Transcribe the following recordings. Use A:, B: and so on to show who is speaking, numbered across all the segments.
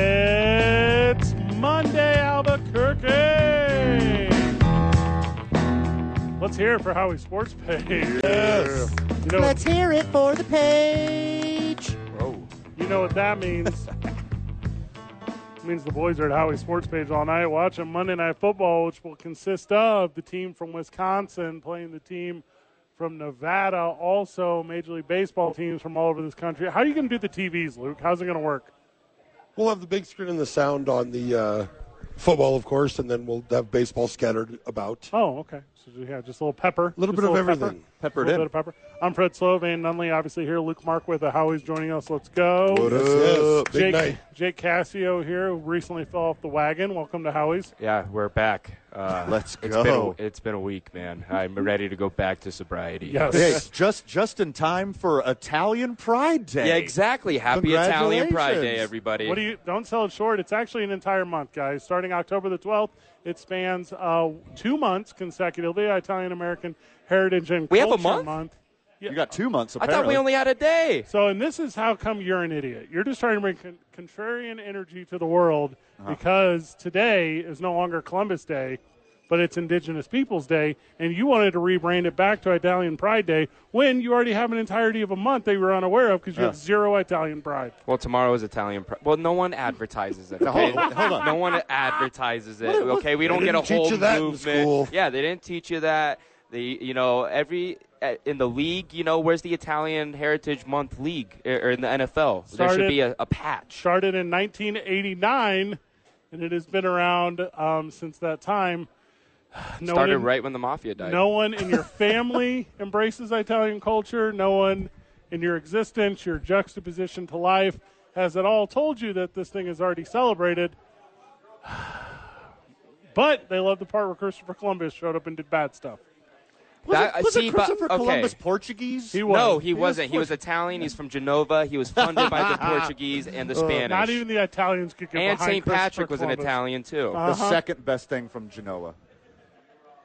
A: It's Monday, Albuquerque. Let's hear it for Howie Sports Page. Yes. You know,
B: Let's hear it for the page.
A: you know what that means. it means the boys are at Howie Sports Page all night watching Monday Night Football, which will consist of the team from Wisconsin playing the team from Nevada, also Major League Baseball teams from all over this country. How are you going to do the TVs, Luke? How's it going to work?
C: We'll have the big screen and the sound on the uh, football, of course, and then we'll have baseball scattered about.
A: Oh, okay. So yeah, just a little pepper.
C: A little
A: Just
C: bit of
A: pepper.
C: everything.
A: A
D: Peppered
A: little bit
D: in.
A: of pepper. I'm Fred Slovane Nunley, obviously here. Luke Mark with the Howie's joining us. Let's go.
C: Yes, yes. Big
A: Jake,
C: night.
A: Jake Cassio here, who recently fell off the wagon. Welcome to Howie's.
E: Yeah, we're back. Uh,
D: Let's
E: It's been, a,
D: go.
E: it's been a week, man. I'm ready to go back to sobriety.
A: Yes.
D: Hey, just just in time for Italian Pride Day.
E: Yeah, exactly. Happy Italian Pride Day,
D: Congratulations.
E: everybody.
A: What do you? Don't sell it short. It's actually an entire month, guys. Starting October the 12th, it spans uh, two months consecutively. Italian American Heritage and
E: We have a
A: Culture
E: month?
A: Yeah.
D: You got two months.
E: I
D: Apparently.
E: thought we only had a day.
A: So, and this is how come you're an idiot. You're just trying to bring con- contrarian energy to the world
E: Uh-huh.
A: because today is no longer Columbus Day, but it's Indigenous Peoples Day, and you wanted to rebrand it back to Italian Pride Day when you already have an entirety of a month that you were unaware of because you have zero Italian Pride.
E: Well, tomorrow is Italian Pride. Well, no one advertises it.
D: Now, hold-
E: Okay?
D: hold on.
E: No one advertises it.
D: What- what-
E: Okay, we don't
C: They
E: get a
C: didn't teach
E: whole
C: you that in
E: movement.
C: school.
E: Yeah, they didn't teach you that. The you know every uh, in the league, you know, where's the Italian Heritage Month league eh, or or in the NFL? there
A: Started-
E: should be a, a patch.
A: Started in 1989, and it has been around um, since that time. No one
E: Started
A: in-
E: right when the mafia died.
A: No one in your family embraces Italian culture. No one in your existence, your juxtaposition to life, has at all told you that this thing is already celebrated. But they love the part where Christopher Columbus showed up and did bad stuff.
D: Was,
E: That-
D: it, was it
E: see, but-
D: Christopher
E: okay.
D: Columbus Portuguese?
A: He was
E: No, he wasn't. He was Italian. He's from Genova. He was funded by the Portuguese and the Spanish.
A: Uh, not even the Italians could get
E: and
A: behind
E: St.
A: Christopher
E: Patrick was an
A: Columbus. Uh-huh.
E: Italian too.
D: the second best thing from Genoa.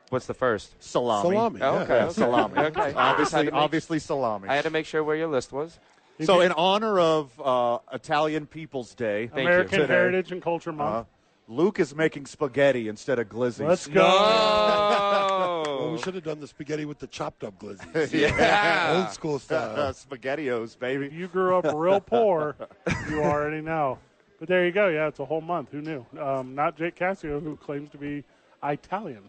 E: What's the first?
D: Salami.
C: Salami.
E: Oh,
C: yeah.
E: okay.
D: Yeah, salami.
E: Okay.
D: Obviously,
E: I had to make-
D: obviously salami.
E: I had to make sure where your list was.
D: so, in honor of uh, Italian People's Day,
E: you.
A: American
D: Today.
A: Heritage and Culture
D: uh,
A: Month.
D: Luke is making spaghetti instead of glizzy.
A: Let's go.
C: Well, we
E: No.
C: should have done the spaghetti with the chopped up glizzies.
E: yeah.
C: Old school
D: Uh,
C: style.
D: spaghettios, baby.
A: If you grew up real poor, you already know. But there you go. Yeah, it's a whole month. Who knew? Um, not Jake Cassio, who claims to be Italian.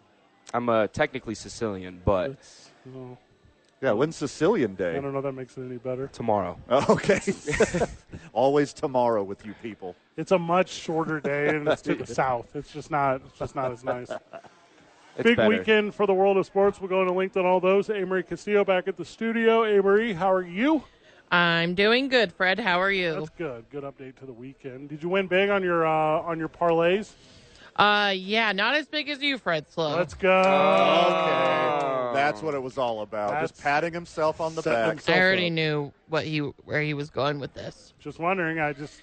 E: I'm uh, technically Sicilian, but
A: Oh,
D: Yeah, when's Sicilian
A: I
D: Day?
A: don't know if that makes it any better.
E: tomorrow.
D: Okay. Always tomorrow with you people.
A: It's a much shorter day, and it's to the south. It's just not. It's just not as nice.
E: It's
A: Big
E: better.
A: weekend for the world of sports. We're going to link on all those. Amory Castillo back at the studio. Amory, how are you?
B: I'm doing good, Fred. How are you?
A: That's good. Good update to the weekend. Did you win big on your uh, on your parlays?
B: Uh, yeah, not as big as you, Fred Slow.
A: Let's go.
D: Uh-huh. Okay. That's what it was all about.
A: That's-
D: Just patting himself on the
C: Setting
D: back.
C: himself
B: I already
C: up.
B: knew what he where he was going with this.
A: just wondering. I just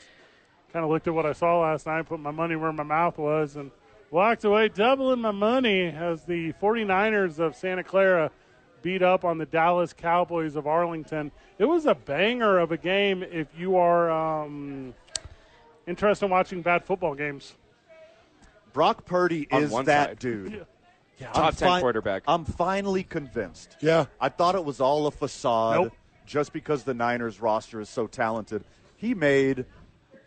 A: kind of looked at what I saw last night, put my money where my mouth was, and walked away doubling my money as the 49ers of Santa Clara beat up on the Dallas Cowboys of Arlington. It was a banger of a game if you are um, interested in watching bad football games.
D: Brock Purdy
E: On
D: is
E: one
D: that
E: side.
D: dude.
E: Top ten
D: fi-
E: quarterback.
D: I'm finally convinced.
C: Yeah.
D: I thought it was all a facade
A: Nope.
D: just because the Niners roster is so talented. He made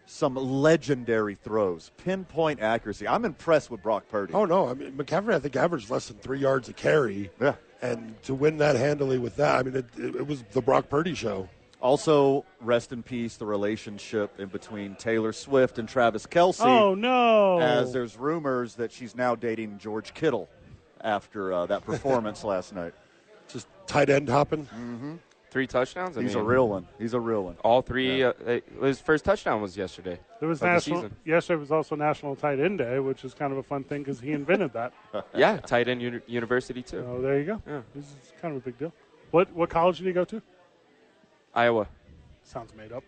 D: some legendary throws, pinpoint accuracy. I'm impressed with Brock Purdy.
C: Oh, no. I mean, McCaffrey, I think, averaged less than three yards a carry.
D: Yeah.
C: And to win that handily with that, I mean, it, it, it was the Brock Purdy show.
D: Also, rest in peace the relationship in between Taylor Swift and Travis Kelsey.
A: oh, no.
D: as there's rumors that she's now dating George Kittle after uh, that performance last night.
C: Just tight end hopping.
E: three touchdowns. I
D: He's a
E: mean,
D: real one. He's a real one.
E: All three. Uh, uh, his first touchdown was yesterday.
A: There was
E: of the
A: national.
E: season.
A: Yesterday was also National Tight End Day, which is kind of a fun thing because he invented that.
E: yeah, tight end uni- university too.
A: So there you go.
E: Yeah.
A: This is kind of a big deal. What what college did he go to?
E: Iowa.
A: Sounds made up.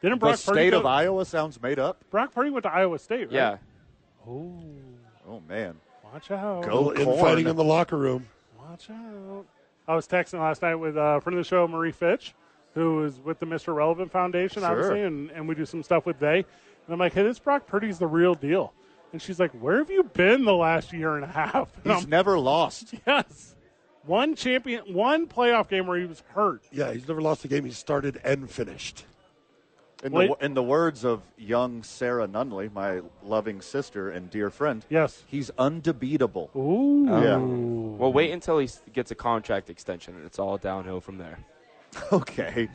A: Didn't
D: The
A: Brock Purdy
D: state
A: go,
D: of Iowa sounds made up.
A: Brock Purdy went to Iowa State, right?
E: Yeah.
A: Oh,
D: Oh man,
A: watch out.
D: Go
C: Little infighting
D: corn.
C: in the locker room.
A: Watch out. I was texting last night with uh, a friend of the show, Marie Fitch, who is with the Mr. Relevant Foundation,
D: Sure.
A: obviously, and, and we do some stuff with they. And I'm like, hey, this Brock Purdy's the real deal. And she's like, where have you been the last year and a half? And
D: he's
A: I'm,
D: never lost.
A: yes. One champion, one playoff game where he was hurt.
C: Yeah, he's never lost a game he started and finished.
D: In
A: Wait.
D: the, in the words of young Sarah Nunley, my loving sister and dear friend,
A: Yes.
D: he's undebeatable.
A: Ooh.
E: Um, Well, wait until he s- gets a contract extension, and it's all downhill from there.
D: Okay.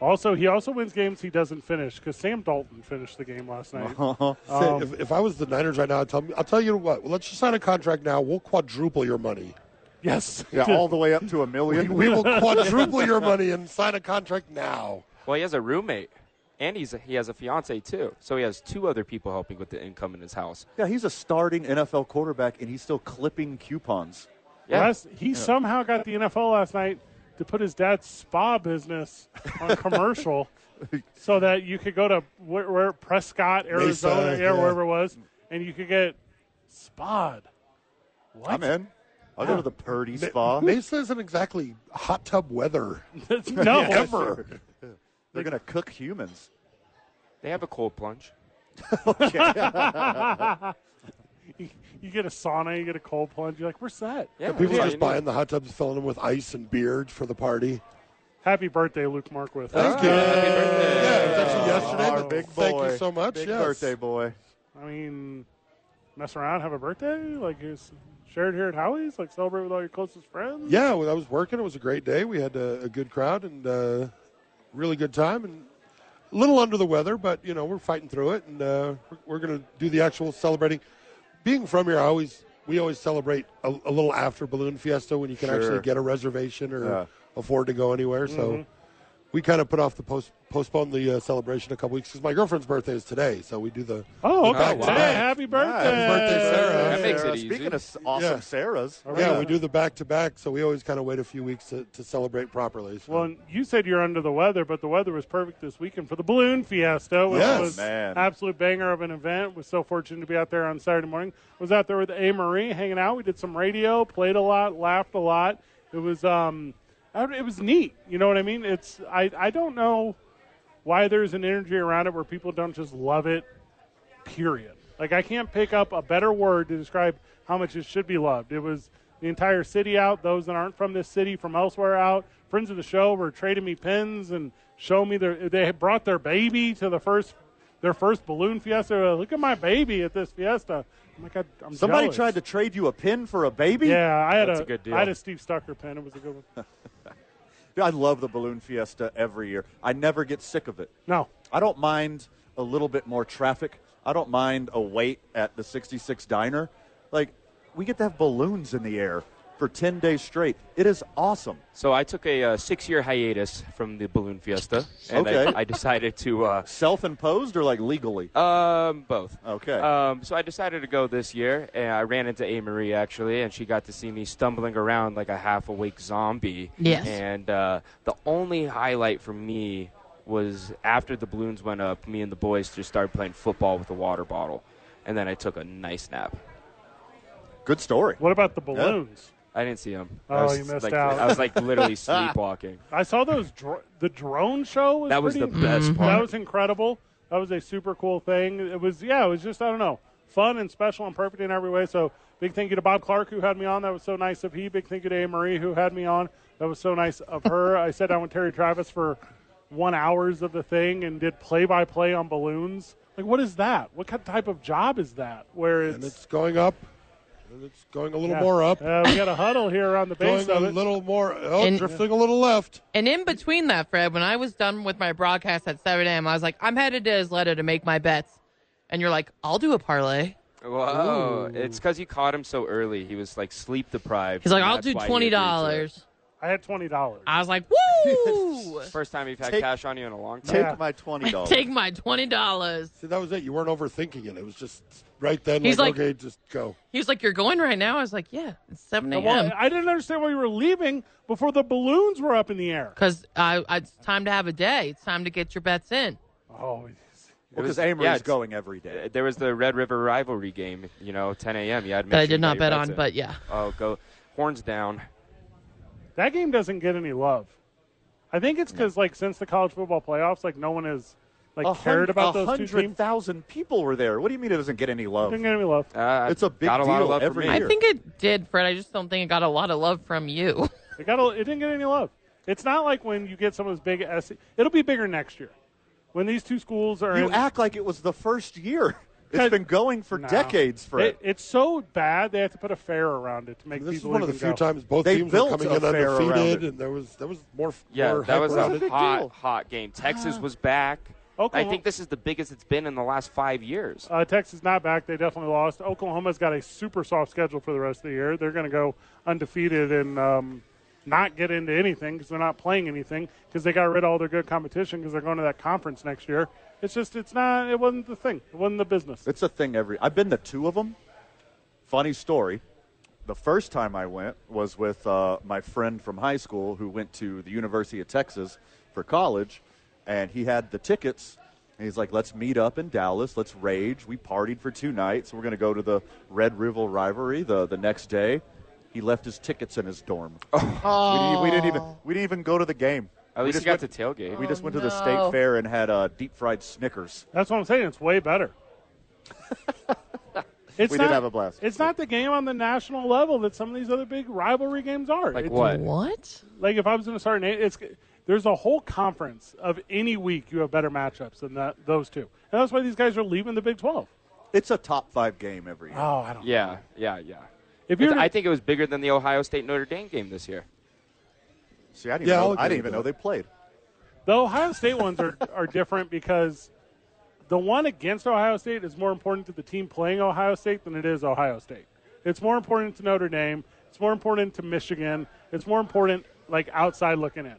A: Also, he also wins games he doesn't finish because Sam Dalton finished the game last night.
D: Uh-huh.
C: Say, if, if I was the Niners right now, I'd tell me, I'll tell you what. Let's just sign a contract now. We'll quadruple your money.
A: Yes.
D: Yeah, all the way up to a million.
C: We will quadruple your money and sign a contract now.
E: Well, he has a roommate, and he's he has a fiance too. So he has two other people helping with the income in his house.
D: yeah, he's a starting NFL quarterback, and he's still clipping coupons.
E: Yeah.
A: Last, he somehow got the NFL last night to put his dad's spa business on commercial so that you could go to where, where Prescott, Arizona,
C: Mesa,
A: yeah,
C: yeah.
A: wherever it was, and you could get spa'd. What?
D: I'm in. I'll go to the Purdy
C: Ma-
D: Spa.
C: Mesa isn't exactly hot tub weather
A: That's- no.
C: ever.
D: They're gonna cook humans.
E: They have a cold plunge.
A: You, you get a sauna, you get a cold plunge. You're like, we're set.
E: Yeah,
C: People
E: yeah,
C: just
E: you know.
C: buying the hot tubs, filling them with ice and beer for the party.
A: Happy birthday, Luke Markwith.
C: you.
E: Happy birthday.
C: Yeah, it was actually yesterday.
D: Our
C: but
D: big boy.
C: Thank you so much.
D: Big
C: yes.
D: birthday boy.
A: I mean, mess around, have a birthday? Like, it's shared here at Howie's? Like, celebrate with all your closest friends?
C: Yeah, well, I was working. It was a great day. We had a, a good crowd and uh, really good time, and a little under the weather, but you know we're fighting through it, and uh, we're, we're going to do the actual celebrating. Being from here, I always we always celebrate a, a little after Balloon Fiesta when you can actually
D: Sure.
C: get a reservation or
D: Yeah. Mm-hmm.
C: afford to go anywhere. So we kind of put off the post postponed the uh, celebration a couple weeks because my girlfriend's birthday is today, so we do the
A: Oh, okay.
C: back to
E: wow.
A: Hey,
C: back.
A: happy birthday.
C: birthday, Sarah.
E: That makes it
D: Sarah,
E: easy.
D: Speaking of s- awesome
C: Yeah.
D: Sarahs,
C: yeah, we do the back to back, so we always kind of wait a few weeks to, to celebrate properly. So.
A: Well, and you said you're under the weather, but the weather was perfect this weekend for the balloon fiesta, which
C: Yes.
A: was
D: Man.
A: absolute banger of an event. Was so fortunate to be out there on Saturday morning. Was out there with A Marie hanging out. We did some radio, played a lot, laughed a lot. It was um, I- it was neat. You know what I mean? It's I I don't know why there's an energy around it where people don't just love it. Period. Like I can't pick up a better word to describe how much it should be loved. It was the entire city out, those that aren't from this city, from elsewhere out. Friends of the show were trading me pins and showing me their. They had brought their baby to the first, their first balloon fiesta. They're like, Look at my baby at this fiesta. I'm like, "I- I'm
D: somebody
A: jealous."
D: tried to trade you a pin for a baby.
A: Yeah, I had
E: That's
A: a,
E: a good deal.
A: I had a Steve Stucker pin. It was a good one.
D: I love the balloon fiesta every year. I never get sick of it.
A: No,
D: I don't mind a little bit more traffic. I don't mind a wait at the 66 diner. Like, we get to have balloons in the air for 10 days straight. It is awesome.
E: So I took a uh, six-year hiatus from the balloon fiesta, and
D: Okay.
E: I, I decided to uh,
D: Self imposed or like legally?
E: Um, both.
D: Okay.
E: Um, so I decided to go this year, and I ran into A. Marie actually, and she got to see me stumbling around like a half awake zombie.
B: Yes.
E: And uh, the only highlight for me was after the balloons went up, me and the boys just started playing football with a water bottle, and then I took a nice nap.
D: Good story.
A: what about the balloons?
E: I didn't see them.
A: Oh,
E: I was
A: you missed
E: like,
A: out.
E: I was like literally sleepwalking.
A: I saw those. Dro- the drone show was
E: That was the
A: pretty- Mm-hmm.
E: best part.
A: That was incredible. That was a super cool thing. It was yeah, it was just I don't know, fun and special and perfect in every way. So big thank you to Bob Clark who had me on. That was so nice of he. Big thank you to Anne Marie who had me on. That was so nice of her. I sat down with Terry Travis for one hours of the thing and did play by play on balloons. Like what is that? What kind type of job is that? Where it's,
C: and it's going up, and it's going a little
A: yeah.
C: more up,
A: Uh, we got a huddle here around the base
C: going a
A: of it.
C: little more, oh,
B: And-
C: drifting a little left.
B: And in between that, Fred, when I was done with my broadcast at 7 a.m., I was like, I'm headed to Isleta to make my bets. And you're like, I'll do a parlay.
E: Wow. It's because you caught him so early. He was like sleep deprived.
B: He's like,
E: and
B: I'll
E: that's
B: do
E: why he agreed to it.
B: $20.
A: I had twenty dollars.
B: I was like, woo!
E: First time you've had
D: Take-
E: cash on you in a long time.
D: Take
A: Yeah.
D: my twenty dollars.
B: Take my twenty dollars.
C: See, that was it. You weren't overthinking it. It was just right then.
B: He's
C: like,
B: like-
C: okay, just go.
B: He was like, "You're going right now." I was like, "Yeah, it's seven
A: Now, why-
B: a.m."
A: I didn't understand why you were leaving before the balloons were up in the air.
B: Because I, I, it's time to have a day. It's time to get your bets in.
A: Oh,
D: Because
E: was-
D: Amory's
E: yeah, it's-
D: going every day.
E: There was the Red River rivalry game, you know, 10 a.m. You had to make
B: That I
E: sure you
B: did not
E: got your
B: bet
E: bets
B: on,
E: in.
B: but yeah,
E: oh, go horns down.
A: that game doesn't get any love. I think it's because like since the college football playoffs, like no one has like
D: A
A: cared
D: hun-
A: about
D: a
A: those two
D: hundred
A: teams.
D: thousand people were there. What do you mean it doesn't get any love?
A: Didn't get any love.
E: Uh,
D: It's a big
E: got a lot
D: deal
E: of love
D: every
E: for me.
B: I
D: year.
B: think it did, Fred. I just don't think it got a lot of love from you.
A: It got a, it didn't get any love. It's not like when you get some of those big SC, it'll be bigger next year. When these two schools are
D: You
A: in,
D: act like it was the first year.
A: Cause-
D: It's been going for
A: No.
D: decades, Fred.
A: It- it's so bad they have to put a fair around it to make
C: This is
A: people
C: one of the
A: even
C: few
A: go.
C: times both
D: They
C: teams
D: built
C: were coming
D: a
C: in
D: fair around
C: undefeated,
D: it.
C: and there was there was more.
E: Yeah,
C: more
E: that
C: hype
E: was
C: around
E: a
C: it.
D: big
E: hot,
D: deal.
E: hot game. Texas was back.
A: Oklahoma-
E: I think this is the biggest it's been in the last five years.
A: Uh, Texas not back. They definitely lost. Oklahoma's got a super soft schedule for the rest of the year. They're going to go undefeated and um, not get into anything because they're not playing anything because they got rid of all their good competition because they're going to that conference next year. It's just it's not. It wasn't the thing. It wasn't the business.
D: It's a thing every. I've been to two of them. Funny story. The first time I went was with uh, my friend from high school who went to the University of Texas for college, and he had the tickets. And he's like, "Let's meet up in Dallas. Let's rage. We partied for two nights. We're going to go to the Red River rivalry the the next day." He left his tickets in his dorm. Oh. We, didn't, we didn't even we didn't even go to the game.
E: At
D: we
E: least you
D: just
E: got
D: went-
E: to Oh, tailgate.
D: We just went to the
B: no.
D: state fair and had uh, deep fried Snickers.
A: That's what I'm saying. It's way better. It's
D: We did
A: not,
D: have a blast.
A: It's not the game on the national level that some of these other big rivalry games are.
E: Like
A: It's-
E: what?
B: what?
A: Like if I was going to start, an eight, it's there's a whole conference of any week you have better matchups than that, those two, and that's why these guys are leaving the Big Twelve.
D: It's a top five game every year.
A: Oh, I don't.
E: Yeah, yeah, yeah.
A: If
E: It's-
A: you're,
E: I think it was bigger than the Ohio State Notre Dame game this year.
D: See, I didn't,
C: Yeah,
D: even
C: I'll
D: know, I
C: agree
D: didn't even know
C: with
D: they played.
A: the Ohio State ones are are different because the one against Ohio State is more important to the team playing Ohio State than it is Ohio State. It's more important to Notre Dame. It's more important to Michigan. It's more important like outside looking in.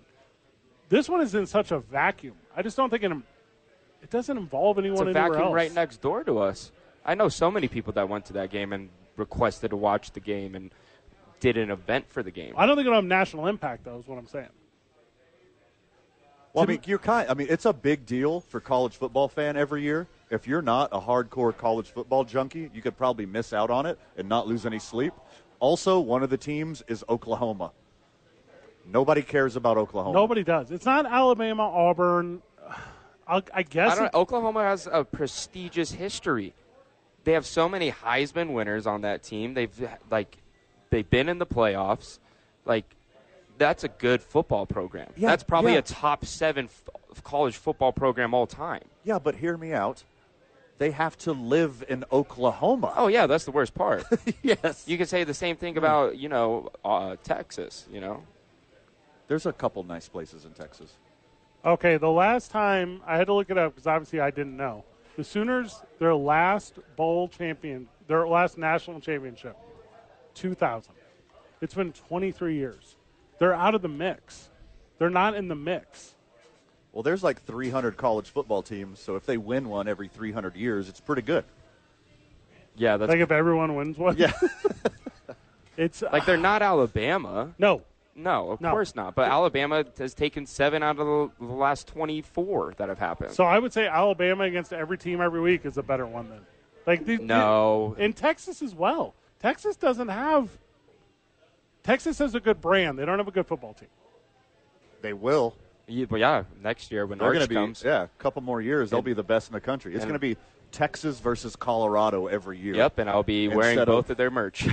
A: This one is in such a vacuum. I just don't think it. It doesn't involve
E: It's
A: anyone
E: a
A: anywhere
E: vacuum
A: else.
E: right next door to us. I know so many people that went to that game and requested to watch the game and did an event for the game.
A: I don't think it'll have national impact, though, is what I'm saying.
D: Well, I mean, you're kind. I mean, it's a big deal for college football fan every year. If you're not a hardcore college football junkie, you could probably miss out on it and not lose any sleep. Also, one of the teams is Oklahoma. Nobody cares about Oklahoma.
A: Nobody does. It's not Alabama, Auburn. I'll, I guess.
E: I don't.
A: it-
E: Oklahoma has a prestigious history. They have so many Heisman winners on that team. They've like they've been in the playoffs. Like that's a good football program.
D: Yeah,
E: that's probably
D: yeah.
E: a top seven f- college football program all time.
D: Yeah, but hear me out. They have to live in Oklahoma.
E: Oh yeah, that's the worst part.
D: yes.
E: you can say the same thing about you know uh, Texas. You know,
D: There's a couple nice places in Texas.
A: Okay, the last time I had to look it up because obviously I didn't know. The Sooners, their last bowl champion, their last national championship, 2000. It's been 23 years. They're out of the mix. They're not in the mix.
D: Well, there's like 300 college football teams, so if they win one every 300 years, it's pretty good.
E: yeah, that's
A: Like
E: like,
A: if everyone wins one,
D: Yeah.
A: it's uh,
E: they're not Alabama.
A: no.
E: No, of
A: No.
E: course not. But Alabama has taken seven out of the the last twenty-four that have happened.
A: So I would say Alabama against every team every week is a better one than like the,
E: No.
A: and Texas as well. Texas doesn't have Texas has a good brand. They don't have a good football team.
D: They will.
E: Yeah, but yeah, next year when
D: They're going
E: Arch
D: to be
E: comes.
D: yeah, a couple more years. They'll be the best in the country. It's
E: and-
D: going to be Texas versus Colorado every year.
E: Yep, and I'll be wearing
D: Instead of-
E: both of, their merch.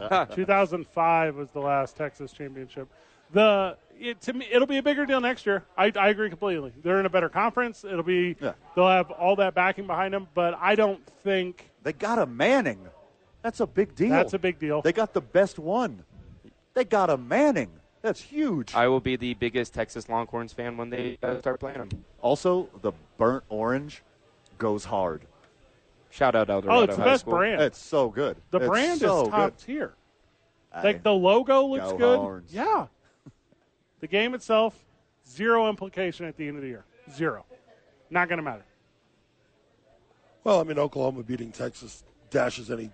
A: 2005 was the last Texas championship. The it, to me, it'll be a bigger deal next year. I, I agree completely. They're in a better conference. It'll be
D: Yeah.
A: they'll have all that backing behind them. But I don't think
D: They got a Manning. That's a big deal.
A: that's a big deal.
D: They got the best one. They got a Manning. That's huge.
E: I will be the biggest Texas Longhorns fan when they uh, start playing them.
D: also, the burnt orange goes hard.
E: Shout out Eldorado
A: oh, it's the
E: High
A: best
E: School.
A: brand.
D: It's so good.
A: the
D: It's
A: brand
D: so
A: is top
D: good.
A: tier.
D: Aye.
A: Like the logo looks
D: Go
A: good.
D: Horns.
A: Yeah, The game itself, zero implication at the end of the year. Zero. Not going to matter.
C: Well, I mean, Oklahoma beating Texas dashes any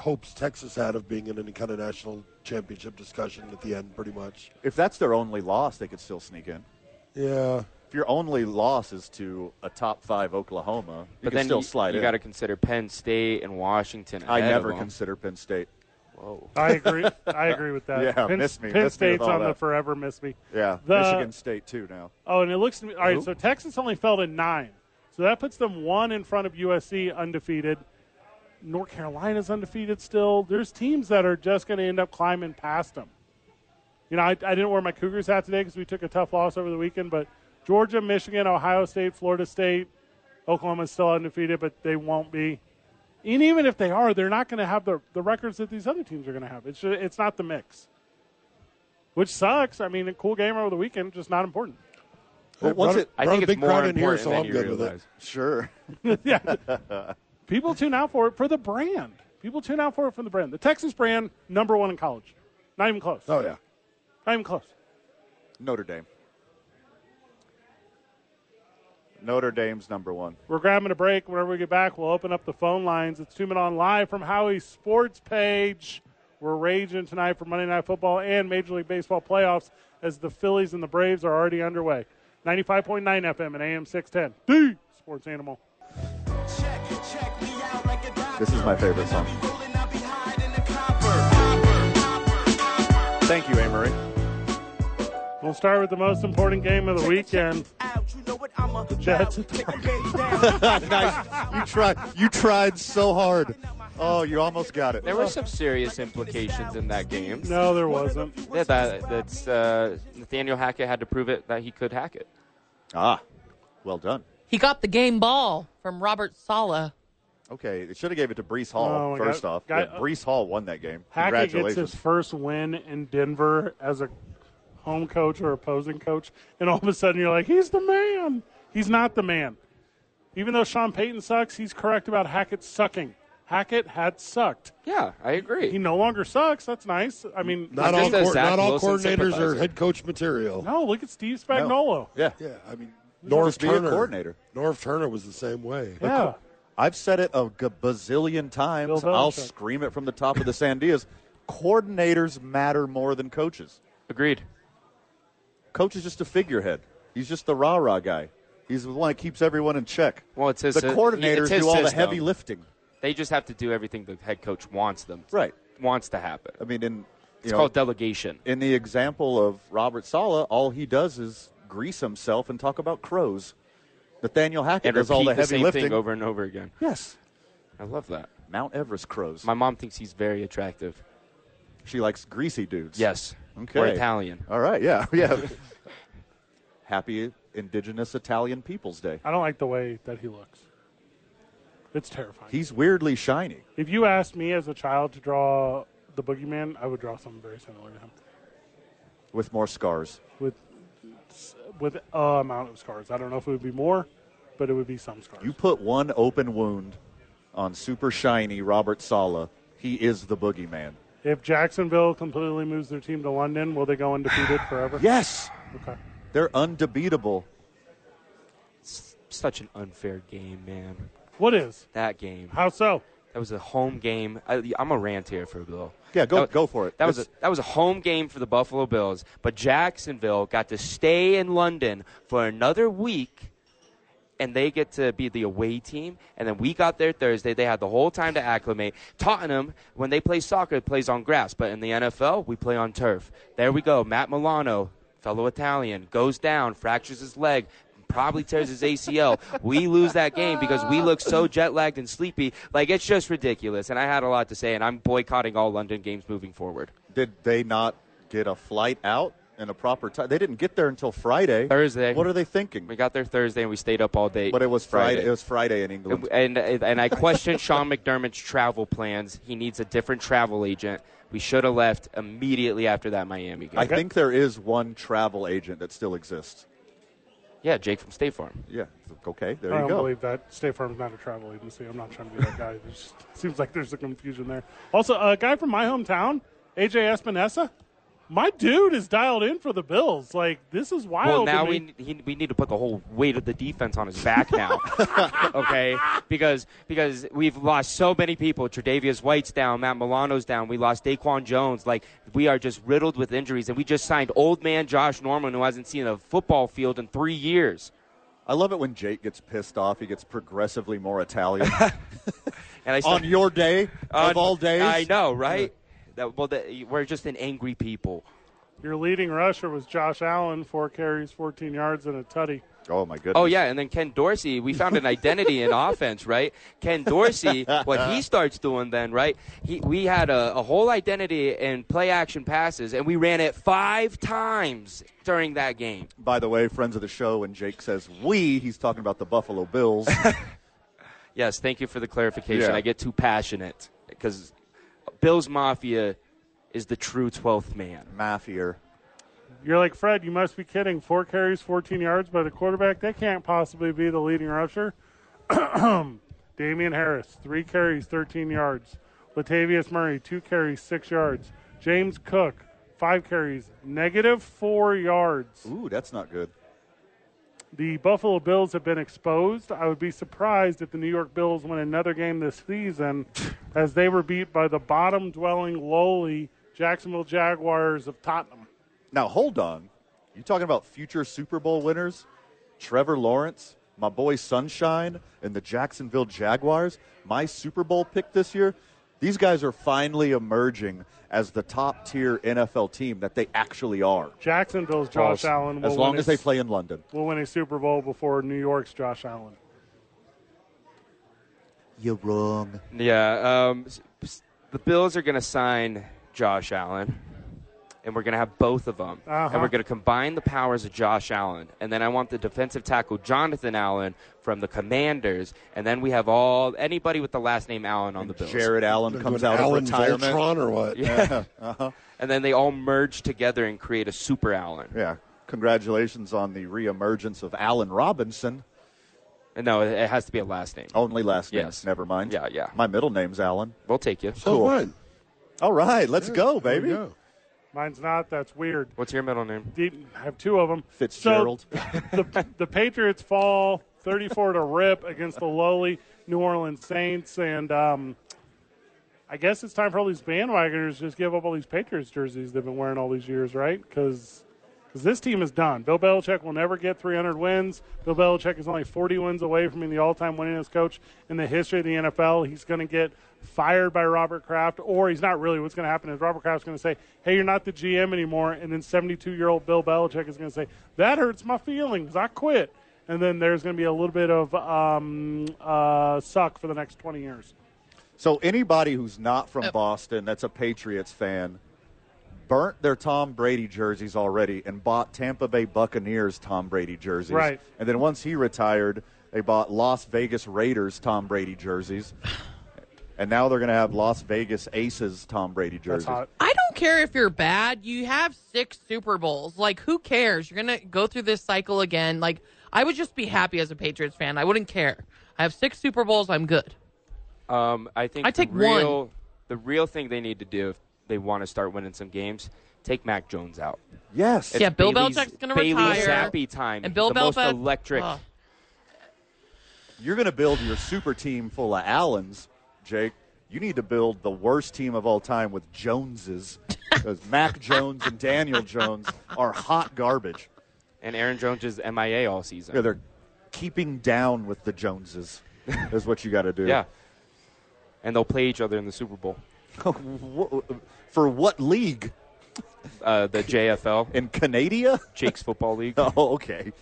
C: hopes Texas had of being in any kind of national championship discussion at the end, pretty much.
D: If that's their only loss, they could still sneak in.
C: Yeah.
D: If your only loss is to a top five Oklahoma, you
E: But
D: can
E: then
D: still
E: you,
D: slide
E: you
D: in.
E: got to consider Penn State and Washington.
D: I
E: ahead of
D: never
E: them.
D: consider Penn State.
E: Whoa.
A: I agree. I agree with that.
D: Yeah,
A: Penn,
D: miss me,
A: Penn
D: miss me with
A: State's
D: all
A: on the
D: that.
A: forever miss me.
D: Yeah,
A: The-
D: Michigan State too now.
A: Oh, and it looks to me. All right, so Texas only fell to nine. So that puts them one in front of USC undefeated. North Carolina's undefeated still. There's teams that are just going to end up climbing past them. You know, I, I didn't wear my Cougars hat today because we took a tough loss over the weekend, but Georgia, Michigan, Ohio State, Florida State, Oklahoma's still undefeated, but they won't be. And even if they are, they're not going to have the, the records that these other teams are going to have. It's, ju- it's not the mix, which sucks. I mean, a cool game over the weekend, just not important.
D: Well, once
C: brought a-
D: it-
E: I
C: brought
E: think
C: a
E: it's
C: big
E: more
C: crowd in
E: important
C: here, so
E: than
C: I'm
E: you
C: good with it.
E: realize.
D: Sure.
A: People tune out for it for the brand. People tune out for it from the brand. The Texas brand, number one in college. Not even close.
C: Oh, yeah.
A: Not even close.
D: Notre Dame. Notre Dame's number one.
A: We're grabbing a break. Whenever we get back, we'll open up the phone lines. It's two men on live from Howie's sports page. We're raging tonight for Monday Night Football and Major League Baseball playoffs as the Phillies and the Braves are already underway. 95.9 FM and AM 610. D Sports Animal.
D: This is my favorite song. Thank you, Amory.
A: We'll start with the most important game of the weekend. Jets at the
D: nice. You tried. You tried so hard. Oh, you almost got it.
E: There were some serious implications in that game.
A: No, there wasn't.
E: Yeah, that, that's uh, Nathaniel Hackett had to prove it that he could hack it.
D: Ah, well done.
B: He got the game ball from Robert Sala.
D: Okay, they should have gave it to Brees
A: Oh,
D: Hall
A: my
D: first
A: God.
D: off.
A: Guy-
D: yeah, Brees Hall won that game.
A: Hackett gets
D: Congratulations.
A: his first win in Denver as a home coach or opposing coach, and all of a sudden you're like, he's the man. He's not the man. Even though Sean Payton sucks, he's correct about Hackett sucking. Hackett had sucked.
E: Yeah, I agree.
A: He no longer sucks. That's nice. I mean,
C: Not
E: just
C: all,
E: a
C: coor-
E: Zach
C: not all
E: Wilson
C: coordinators are
E: sympathizer.
C: head coach material.
A: no, look at Steve Spagnuolo.
D: yeah.
C: Yeah, I mean,
D: Just
C: North
D: be a
C: Turner.
D: coordinator.
C: North Turner was the same way.
A: Yeah.
D: I've said it a g- bazillion
A: Bill
D: times.
A: Belichick.
D: I'll scream it from the top of the Sandias. Coordinators matter more than coaches.
E: Agreed.
D: Coach is just a figurehead. He's just the rah rah guy. He's the one that keeps everyone in check.
E: Well, it's his
D: the
E: sy-
D: coordinators
E: it's his
D: do all the
E: system.
D: heavy lifting.
E: They just have to do everything the head coach wants them.
D: Right.
E: Wants to happen.
D: I mean, in you
E: It's
D: know,
E: called delegation.
D: in the example of Robert Sala, all he does is grease himself and talk about crows. Nathaniel Hackett
E: And
D: does all
E: repeat
D: the heavy
E: same
D: lifting.
E: thing over and over again.
D: yes,
E: I love that.
D: Mount Everest crows.
E: My mom thinks he's very attractive.
D: she likes greasy dudes.
E: Yes.
D: Okay. Uh,
E: Or Italian.
D: All right. Yeah. Yeah. Happy Indigenous Italian Peoples Day.
A: I don't like the way that he looks. It's terrifying.
D: He's weirdly shiny.
A: if you asked me as a child to draw the boogeyman, I would draw something very similar to him.
D: with more scars.
A: with with a amount of scars. I don't know if it would be more, but it would be some scars.
D: You put one open wound on super shiny Robert Sala. He is the boogeyman.
A: if Jacksonville completely moves their team to London, will they go undefeated forever?
D: Yes,
A: Okay.
D: they're undebeatable.
E: Such an unfair game, man.
A: What is?
E: That game.
A: How so?
E: That was a home game. I, I'm a rant here for Bill.
D: Yeah, go
E: That-
D: go for it.
E: That was a,
D: It's-
E: that was a home game for the Buffalo Bills, but Jacksonville got to stay in London for another week, and they get to be the away team. And then we got there Thursday. They had the whole time to acclimate. Tottenham, when they play soccer, plays on grass, but in the NFL, we play on turf. There we go. Matt Milano, fellow Italian, goes down, fractures his leg. Probably tears his ACL. we lose that game because we look so jet lagged and sleepy. Like, it's just ridiculous. And I had a lot to say, and I'm boycotting all London games moving forward.
D: Did they not get a flight out in a proper time? They didn't get there until Friday.
E: Thursday.
D: What are they
E: We
D: thinking?
E: got there Thursday and we stayed up all day.
D: But it was Friday. It was Friday in England.
E: and and I questioned Sean McDermott's travel plans. He needs a different travel agent. We should have left immediately after that Miami game.
D: I think there is one travel agent that still exists.
E: yeah, Jake from State Farm.
D: Yeah. Okay. There
A: I
D: you
A: don't
D: go.
A: believe that State Farm's not a travel agency. I'm not trying to be that guy. There's just, seems like there's a confusion there. Also, a guy from my hometown, AJ Espinosa, my dude is dialed in for the Bills. Like this is
E: Well,
A: wild. to
E: now
A: me.
E: we he, we need to put the whole weight of the defense on his back now, okay? Because because we've lost so many people. Tre'Davious White's down, Matt Milano's down. We lost Daquan Jones. Like we are just riddled with injuries, and we just signed old man Josh Norman, who hasn't seen a football field in three years.
D: I love it when Jake gets pissed off. He gets progressively more Italian.
E: And I
D: on
E: said-
D: your day of
E: on-
D: all days,
E: I know, right? That, well, that, we're just an angry people.
A: Your leading rusher was Josh Allen, four carries, 14 yards, and a tutty.
D: Oh my goodness!
E: Oh yeah, and then Ken Dorsey, we found an identity in offense, right? Ken Dorsey, what he starts doing then, right? He, we had a, a whole identity in play action passes, and we ran it five times during that game.
D: By the way, friends of the show, when Jake says "we," he's talking about the Buffalo Bills.
E: Yes, thank you for the clarification.
D: Yeah.
E: I get too passionate because Bills Mafia is the true twelfth man.
D: Mafia.
A: You're like Fred. You must be kidding. Four carries, 14 yards by the quarterback. That can't possibly be the leading rusher. Damian Harris, three carries, 13 yards. Latavius Murray, two carries, six yards. James Cook, five carries, negative four yards.
D: Ooh, that's not good.
A: The Buffalo Bills have been exposed. I would be surprised if the New York Bills win another game this season, as they were beat by the bottom dwelling, lowly Jacksonville Jaguars of Tottenham.
D: Now hold on. You talking about future Super Bowl winners? Trevor Lawrence, my boy Sunshine, and the Jacksonville Jaguars. My Super Bowl pick this year. These guys are finally emerging as the top tier NFL team that they actually are.
A: Jacksonville's Josh Allen will
D: as long
A: win
D: as
A: a-
D: they play in London.
A: will win a Super Bowl before New York's Josh Allen.
D: You're wrong.
E: Yeah, um, s- s- the Bills are going to sign Josh Allen, and we're going to have both of them,
A: Uh-huh.
E: and we're going to combine the powers of Josh Allen, and then I want the defensive tackle Jonathan Allen from the Commanders, and then we have all anybody with the last name Allen on the Bills,
D: Jared Allen
C: Gonna
D: comes
C: do an
D: out
C: Alan
D: of retirement.
C: Voltron or what?
E: and then they all merge together and create a super Allen.
D: Yeah. Congratulations on the reemergence of Allen Robinson.
E: And No, it- it has to be a last name.
D: Only last name.
E: Yes.
D: Never mind.
E: Yeah, yeah.
D: My middle name's Allen.
E: We'll take you.
C: So
D: Cool.
C: fine.
D: All right, let's go,
C: There
D: baby.
C: we go.
A: Mine's not. That's weird.
E: What's your middle name?
A: Didn't have two of them.
D: Fitzgerald.
A: So the, the Patriots fall 34 to rip against the lowly New Orleans Saints, and um, I guess it's time for all these bandwagoners to just give up all these Patriots jerseys they've been wearing all these years, right? Because this team is done. Bill Belichick will never get 300 wins. Bill Belichick is only 40 wins away from being the all-time winningest coach in the history of the NFL. He's going to get fired by Robert Kraft, or he's not really. What's going to happen is Robert Kraft's going to say, "Hey, you're not the GM anymore," and then 72-year-old Bill Belichick is going to say, "That hurts my feelings. I quit." And then there's going to be a little bit of um, uh, suck for the next 20 years.
D: So anybody who's not from
B: Oh.
D: Boston that's a Patriots fan burnt their Tom Brady jerseys already and bought Tampa Bay Buccaneers Tom Brady jerseys.
A: Right.
D: And then once he retired, they bought Las Vegas Raiders Tom Brady jerseys. And now they're going to have Las Vegas Aces Tom Brady
A: That's
D: jerseys.
A: hot.
B: I don't care if you're bad. You have six Super Bowls. Like, who cares? You're going to go through this cycle again. Like, I would just be happy as a Patriots fan. I wouldn't care. I have six Super Bowls. I'm good.
E: Um, I think
B: I take
E: the real, The real thing they need to do if they want to start winning some games, take Mac Jones out.
D: Yes.
B: Yeah, Bill
E: Bailey's-
B: Belichick's gonna
E: Bailey
B: retire.
E: Zappi time.
B: And Bill
E: the most
B: Belichick-
E: electric.
B: Ugh.
D: You're going to build your super team full of Allens, Jake. You need to build the worst team of all time with Joneses. Because Mac Jones and Daniel Jones are hot garbage.
E: And Aaron Jones is MIA all season.
D: Yeah, they're keeping down with the Joneses, is what you got to do.
E: Yeah. And they'll play each other in the Super Bowl.
D: Wha- For what league?
E: Uh, the JFL,
D: In Canada?
E: Jake's Football League.
D: Oh, okay.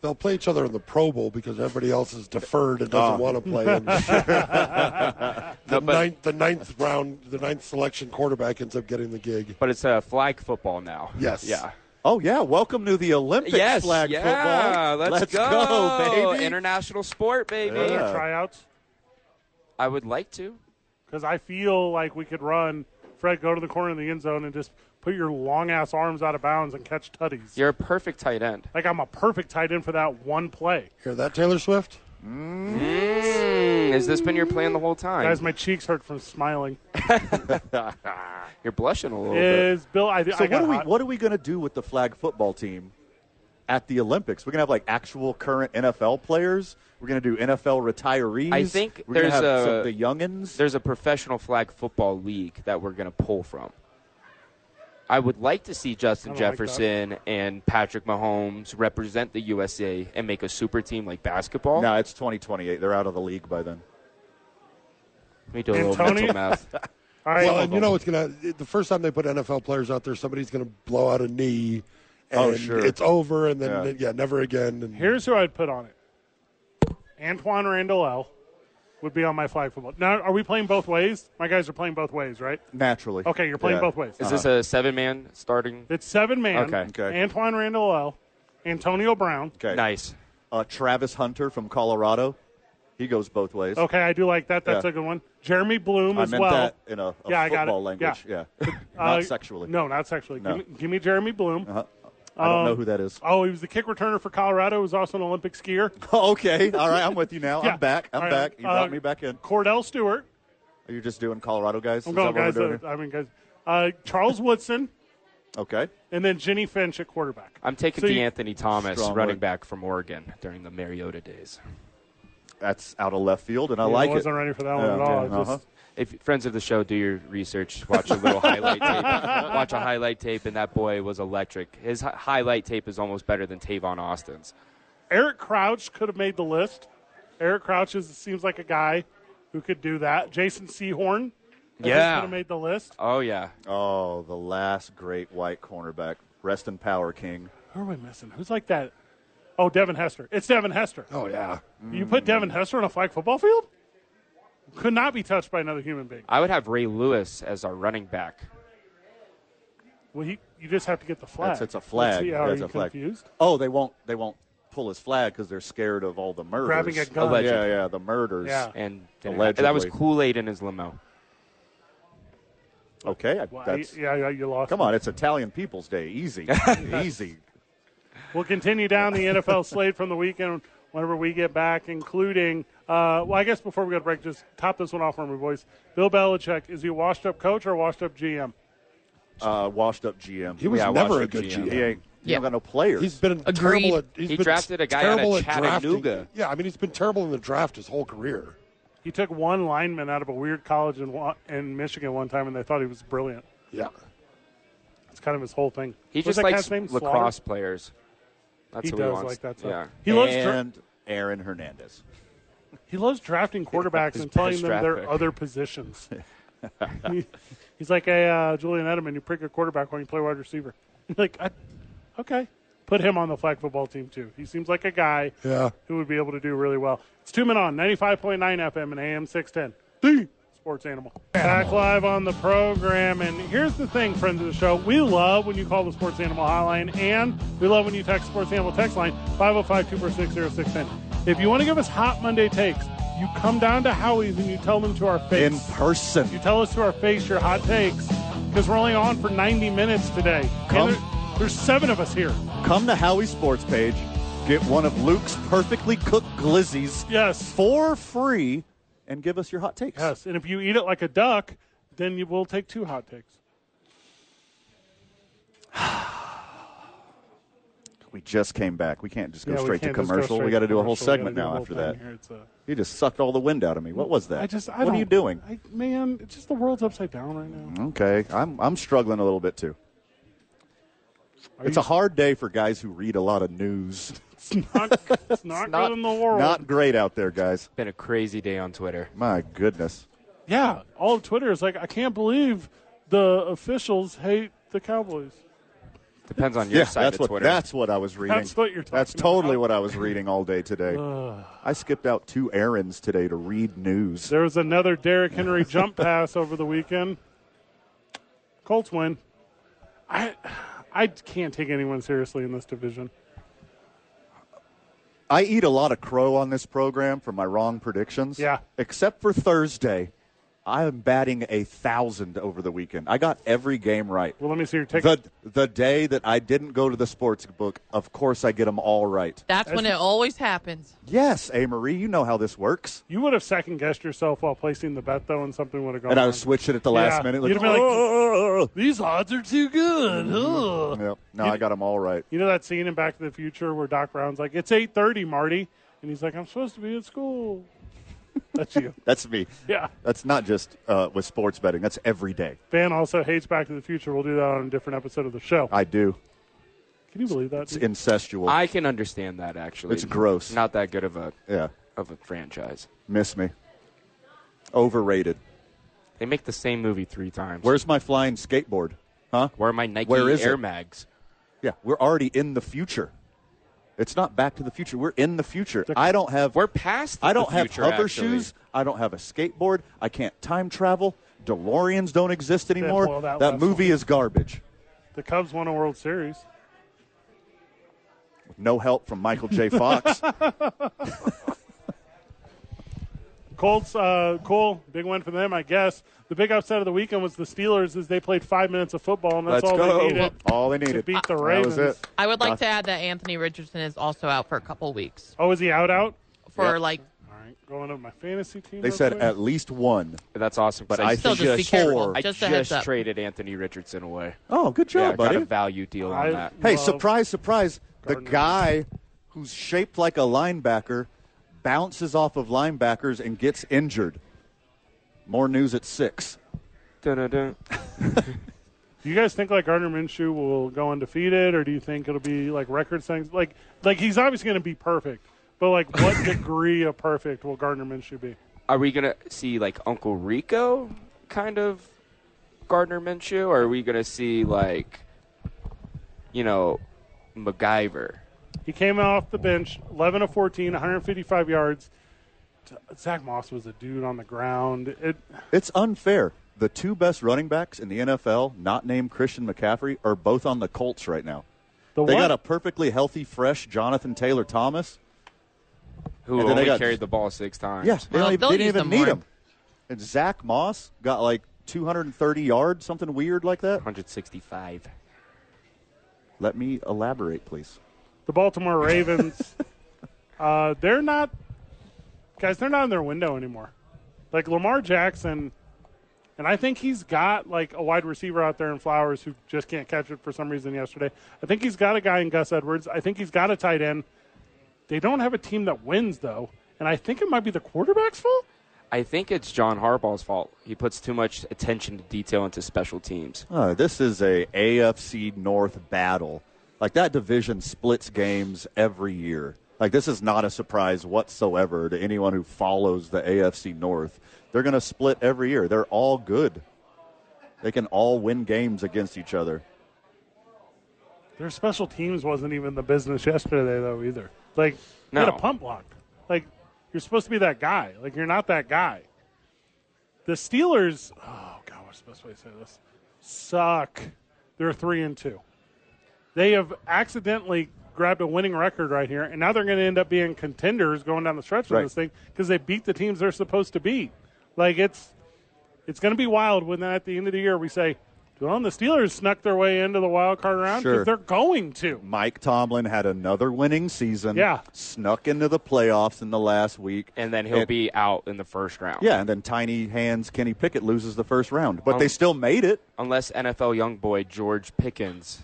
C: They'll play each other in the Pro Bowl because everybody else is deferred and doesn't
D: Ah.
C: want to play. And the,
E: but-
C: ninth, the ninth round, the ninth selection quarterback ends up getting the gig.
E: But it's uh, flag football now.
C: Yes.
E: Yeah.
D: Oh, yeah. Welcome to the Olympics
E: Yes.
D: flag
E: yeah.
D: football.
E: Let's, go.
D: baby.
E: International sport, baby.
A: Any
D: Yeah.
A: tryouts?
E: I would like to.
A: because I feel like we could run. Fred, go to the corner of the end zone and just put your long ass arms out of bounds and catch tutties.
E: You're a perfect tight end.
A: Like I'm a perfect tight end for that one play.
C: Hear that, Taylor Swift?
E: Mm, Has this been your plan the whole time?
A: Guys, my cheeks hurt from smiling.
E: You're blushing a little bit.
A: Is Bill? I,
D: So
A: I got
D: what are we
A: hot.
D: what are we going to do with the flag football team at the Olympics? We're going to have like actual current NFL players. We're going to do NFL retirees.
E: I think
D: we're going to
E: there's
D: have
E: a-
D: some of the youngins.
E: there's a professional flag football league that we're going to pull from. I would like to see Justin
A: I don't like
E: Jefferson and Patrick Mahomes represent the USA and make a super team like basketball.
D: No, it's 2028. They're out of the league by then.
E: Let me do a little
A: Antonio?
E: mental math.
A: All right.
C: Well, and you know what's gonna the first time they put NFL players out there, somebody's gonna blow out a knee, and
D: Oh, sure.
C: it's over, and then
D: Yeah.
C: yeah, never again. And
A: Here's who I'd put on it. Antoine Randall L. would be on my flag football. Now, are we playing both ways? My guys are playing both ways, right?
D: Naturally.
A: Okay, you're playing
D: Yeah.
A: both ways.
E: Is this a seven man starting?
A: It's seven man.
E: Okay.
D: Okay.
A: Antoine Randall L. Antonio Brown.
D: Okay.
E: Nice.
D: Uh, Travis Hunter from Colorado. He goes both ways.
A: Okay, I do like that. That's
D: Yeah.
A: a good one. Jeremy Bloom
D: I
A: as
D: meant
A: well.
D: that in a, a
A: Yeah, I got it.
D: football language. Yeah.
A: Uh,
D: Not sexually.
A: No, not sexually.
D: No.
A: Give, me, give me Jeremy Bloom.
D: I don't know who that is.
A: Oh, he was the kick returner for Colorado. He was also an Olympic skier.
D: okay. All right. I'm with you now.
A: Yeah.
D: I'm back. I'm
A: All right.
D: back. You brought
A: Uh,
D: me back in.
A: Cordell Stewart.
D: Are you just doing Colorado guys?
A: I'm
D: Is
A: going,
D: that what we're
A: guys.
D: doing
A: uh, I mean, guys. Uh, Charles Woodson
D: here? Okay.
A: and then Jenny Finch at quarterback.
E: I'm taking
A: So you-
E: D'Anthony Thomas,
D: Strong
E: running
D: work.
E: back from Oregon during the Mariota days.
D: That's out of left field, and I
A: Yeah,
D: like
A: I wasn't
D: it.
A: ready for that one
D: Yeah,
A: at all.
D: yeah,
A: I just-
D: uh-huh.
E: If friends of the show, do your research. Watch a little highlight tape. Watch a highlight tape, and that boy was electric. His hi- highlight tape is almost better than Tavon Austin's.
A: Eric Crouch could have made the list. Eric Crouch is, seems like a guy who could do that. Jason Seahorn. I think,
E: Yeah.
A: could have made the list.
E: Oh yeah,
D: Oh, the last great white cornerback. Rest in power, King.
A: Who are we missing? Who's like that? Oh, Devin Hester. It's Devin Hester.
C: oh yeah,
A: You put Devin Hester on a flag football field? Could not be touched by another human being.
E: I would have Ray Lewis as our running back.
A: Well, he, you just have to get the flag.
D: That's it's a flag.
A: Let's see, are
D: That's
A: you
D: a flag.
A: confused?
D: Oh, they won't. They won't pull his flag because they're scared of all the murders.
A: Grabbing a gun.
E: Allegedly.
D: Yeah, yeah, the murders.
A: Yeah.
E: And
D: Uh, Allegedly.
E: that was Kool Aid in his limo.
D: Okay, I-
A: Well,
D: that's.
A: yeah, yeah, you lost.
D: Come
A: me.
D: on, it's Italian People's Day. Easy, easy.
A: We'll continue down the NFL slate from the weekend whenever we get back, including, uh, well, I guess before we go to break, just top this one off for me, boys. Bill Belichick, is he a washed up coach or a washed up GM?
D: Uh, washed up GM.
C: he was
E: Yeah, I
C: never a
E: watched the
C: good
E: GM.
C: GM.
D: He ain't. He
B: Yeah.
D: ain't got no players.
C: He's been
B: Agreed.
C: terrible. At, he's
E: He
C: been
E: drafted a guy out of
C: terrible at drafting.
E: Chattanooga.
C: Yeah, I mean he's been terrible in the draft his whole career.
A: He took one lineman out of a weird college in, Wa- in Michigan one time, and they thought he was brilliant.
C: Yeah,
A: It's kind of his whole thing.
E: He
A: What's
E: just
A: that
E: likes
A: guy's name? Slaughter?
E: lacrosse players. That's
A: He
E: who
A: does
E: he wants.
A: like that stuff.
E: Yeah.
A: He loves dra-
D: and Aaron Hernandez.
A: He loves drafting quarterbacks
E: His
A: and telling
E: best
A: them
E: draft
A: their
E: pick.
A: other positions. He- he's like a uh, Julian Edelman. You prick a quarterback when you play wide receiver. like, I, okay, put him on the flag football team too. He seems like a guy
C: yeah.
A: who would be able to do really well. It's two men on 95.9 FM and AM 610. The sports animal. Back live on the program. And here's the thing, friends of the show. We love when you call the sports animal hotline, and we love when you text sports animal text line 505 246 0610. If you want to give us hot Monday takes, you come down to Howie's and you tell them to our face.
D: In person.
A: You tell us to our face your hot takes because we're only on for 90 minutes today. And
D: Come-
A: there- there's seven of us here.
D: Come to Howie's Sports page, get one of Luke's perfectly cooked glizzies
A: Yes.
D: for free, and give us your hot takes.
A: Yes, and if you eat it like a duck, then you will take two hot takes.
D: We just came back. We can't just go
A: Yeah, we
D: straight to
A: can't just go
D: commercial.
A: straight
D: we got to do a whole
A: commercial. We gotta
D: segment
A: do the
D: now
A: whole
D: after
A: thing
D: that.
A: here. It's, uh,
D: You just sucked all the wind out of me. What was that?
A: I just, I
D: what
A: don't-
D: are you doing?
A: I, man, it's just the world's upside down right now.
D: Okay, I'm I'm struggling a little bit too. it's a hard day for guys who read a lot of news.
A: It's not, it's not
E: not-
A: good in the world.
D: Not great out there, guys.
E: Been a crazy day on Twitter.
D: My goodness.
A: yeah, all of Twitter is like, I can't believe the officials hate the Cowboys.
E: Depends on your
D: yeah,
E: side
D: that's
E: of
D: what
E: Twitter.
D: that's what I was reading.
A: That's what you're talking
D: That's totally
A: about.
D: what I was reading all day today. I skipped out two errands today to read news.
A: There was another Derrick Henry jump pass over the weekend. Colts win. I, I can't take anyone seriously in this division.
D: I eat a lot of crow on this program for my wrong predictions.
A: Yeah.
D: Except for Thursday. I am batting a thousand over the weekend. I got every game right.
A: Well, let me see your ticket.
D: The the day that I didn't go to the sports book, of course I get them all right.
B: That's when it always happens.
D: Yes, A. Marie, you know how this works.
A: you would have second guessed yourself while placing the bet though, and something would have gone.
D: And I
A: wrong.
D: was switching at the last
A: Yeah,
D: minute.
A: you'd have been like-
D: "Oh."
A: These odds are too good. ugh.
D: Yep. No, I got them all right.
A: You know that scene in Back to the Future where Doc Brown's like, "It's 8:30, Marty," and he's like, "I'm supposed to be at school." That's you.
D: That's me.
A: Yeah.
D: That's not just uh, with sports betting. That's every day.
A: Van also hates Back to the Future. We'll do that on a different episode of the show.
D: I do.
A: Can you believe that?
D: It's incestual.
E: I can understand that actually.
D: It's gross.
E: Not that good of a
D: yeah.
E: of a franchise.
D: Miss me. Overrated.
E: They make the same movie three times.
D: Where's my flying skateboard? Huh?
E: where are my Nike
D: where is
E: Air
D: it?
E: Mags?
D: Yeah, we're already in the future. It's not back to the future. We're in the future. I don't have
E: We're past.
D: I
E: the
D: don't have
E: future,
D: hover
E: actually.
D: shoes. I don't have a skateboard. I can't time travel. DeLoreans don't exist anymore.
A: well, that
D: that
A: last
D: movie is garbage.
A: the Cubs won a World Series.
D: With no help from Michael J. Fox.
A: Colts, uh, cool, big win for them, I guess. The big upset of the weekend was the Steelers, as they played five minutes of football, and that's
D: Let's
A: all
D: go.
A: they needed
D: all they
A: to
D: needed.
A: beat the
D: that
A: Ravens.
D: was it.
B: I would like
D: Doc-
B: to add that Anthony Richardson is also out for a couple weeks
A: Oh, is he out? Out?
B: for
D: Yep.
B: like
A: All right, going over my fantasy team.
D: They
A: real
D: said
A: quick.
D: at least one.
E: That's awesome. 'cause
D: But
E: I
D: I
B: still
E: just,
D: think
B: just be
D: just
B: careful.
D: four.
E: I
B: Just
E: just,
B: a heads up.
E: traded Anthony Richardson away.
D: Oh, good
E: yeah,
D: job,
E: I
D: buddy.
E: got a value deal on
A: I-
E: that.
D: Hey,
A: Love-
D: surprise, surprise.
A: Gardner.
D: The guy who's shaped like a linebacker bounces off of linebackers and gets injured. More news at six.
E: Dun-dun-dun.
A: Do you guys think like Gardner Minshew will go undefeated, or do you think it'll be like record things? Like, like he's obviously going to be perfect, but like, what degree of perfect will Gardner Minshew be?
E: Are we gonna see like Uncle Rico kind of Gardner Minshew, or are we gonna see like you know MacGyver?
A: He came off the bench, 11 of 14, 155 yards. T- Zach Moss was a dude on the ground. It,
D: It's unfair. The two best running backs in the NFL, not named Christian McCaffrey, are both on the Colts right now.
A: the
D: They
A: one,
D: got a perfectly healthy, fresh Jonathan Taylor Thomas.
E: Who
D: And then they
E: only
D: got-
E: carried the ball six times?
D: Yes, they,
B: Well,
D: don't even,
B: they'll
D: they didn't
B: use
D: even
B: them
D: need
B: more.
D: him. And Zach Moss got like 230 yards, something weird like that.
E: 165.
D: Let me elaborate, please.
A: the Baltimore Ravens. uh, they're not guys. They're not in their window anymore. Like Lamar Jackson, and I think he's got like a wide receiver out there in Flowers who just can't catch it for some reason. Yesterday, I think he's got a guy in Gus Edwards. I think he's got a tight end. They don't have a team that wins though, and I think it might be the quarterback's fault.
E: I think it's John Harbaugh's fault. He puts too much attention to detail into special teams.
D: Uh, this is a AFC North battle. Like that division splits games every year. Like this is not a surprise whatsoever to anyone who follows the AFC North. They're going to split every year. They're all good. They can all win games against each other.
A: Their special teams wasn't even the business yesterday though either. Like
E: No.
A: you had a pump block. Like you're supposed to be that guy. Like you're not that guy. The Steelers oh god, what's the best way to say this? Suck. They're three and two. They have accidentally grabbed a winning record right here, and now they're gonna end up being contenders going down the stretch
D: Right.
A: of this thing because they beat the teams they're supposed to beat. Like it's it's going to be wild when then at the end of the year we say, well, the Steelers snuck their way into the wild card round because
D: Sure.
A: they're going to.
D: Mike Tomlin had another winning season.
A: Yeah.
D: Snuck into the playoffs in the last week.
E: And then he'll be out in the first round.
D: Yeah, and then tiny hands Kenny Pickett loses the first round. But
E: Um,
D: they still made it.
E: Unless NFL young boy George Pickens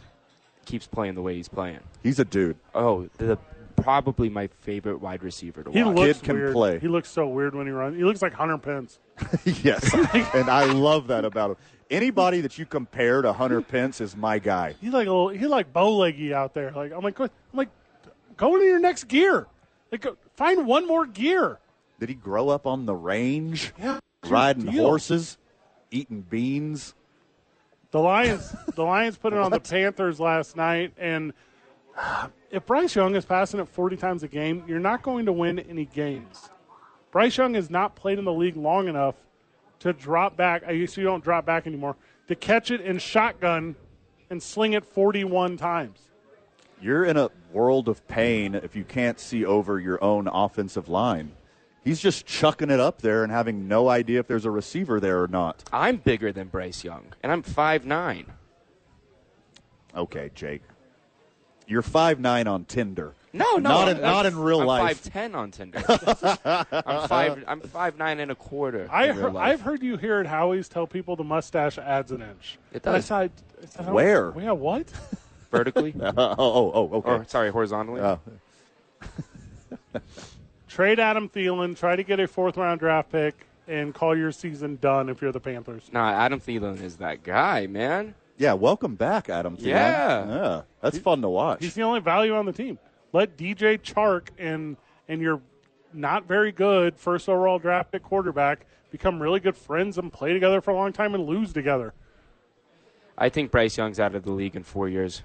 E: keeps playing the way he's playing.
D: He's a dude.
E: Oh, the probably my favorite wide receiver to
A: He
E: watch.
A: looks
D: Kid can
A: weird.
D: play.
A: He looks so weird when he runs. He looks like Hunter Pence.
D: yes, and I love that about him. Anybody that you compare to Hunter Pence is my guy.
A: He's like a little. He's like bow leggy out there. Like I'm like, go- I'm like, go into your next gear. Like go, find one more gear.
D: Did he grow up on the range, riding
A: deal.
D: horses, eating beans?
A: The Lions. the Lions put it on the Panthers last night, and if Bryce Young is passing it 40 times a game, you're not going to win any games. Bryce Young has not played in the league long enough to drop back. I used to you don't drop back anymore. To catch it in shotgun and sling it 41 times.
D: You're in a world of pain if you can't see over your own offensive line. He's just chucking it up there and having no idea if there's a receiver there or not.
E: I'm bigger than Bryce Young, and I'm 5'9.
D: Okay, Jake. You're five nine on Tinder.
E: No, no,
D: Not
E: I'm-
D: in- not in real
E: I'm
D: life.
E: 5'10 on Tinder. I'm five. I'm five nine and a quarter.
A: I
E: in real
A: heard,
E: life.
A: I've heard you here at Howie's tell people the mustache adds an inch.
E: It
A: And I
E: does.
A: said- I said, I don't-
D: Where?
A: Yeah, what?
E: vertically,
D: oh, oh, oh, okay.
E: or sorry, horizontally.
D: Uh,
A: Trade Adam Thielen, try to get a fourth round draft pick, and call your season done if you're the Panthers.
E: Nah, Adam Thielen is that guy, man.
D: yeah, welcome back, Adam. Thielen.
E: Yeah.
D: yeah, that's fun to watch.
A: He's the only value on the team. Let DJ Chark and and your not very good first overall draft pick quarterback become really good friends and play together for a long time and lose together.
E: I think Bryce Young's out of the league in four years.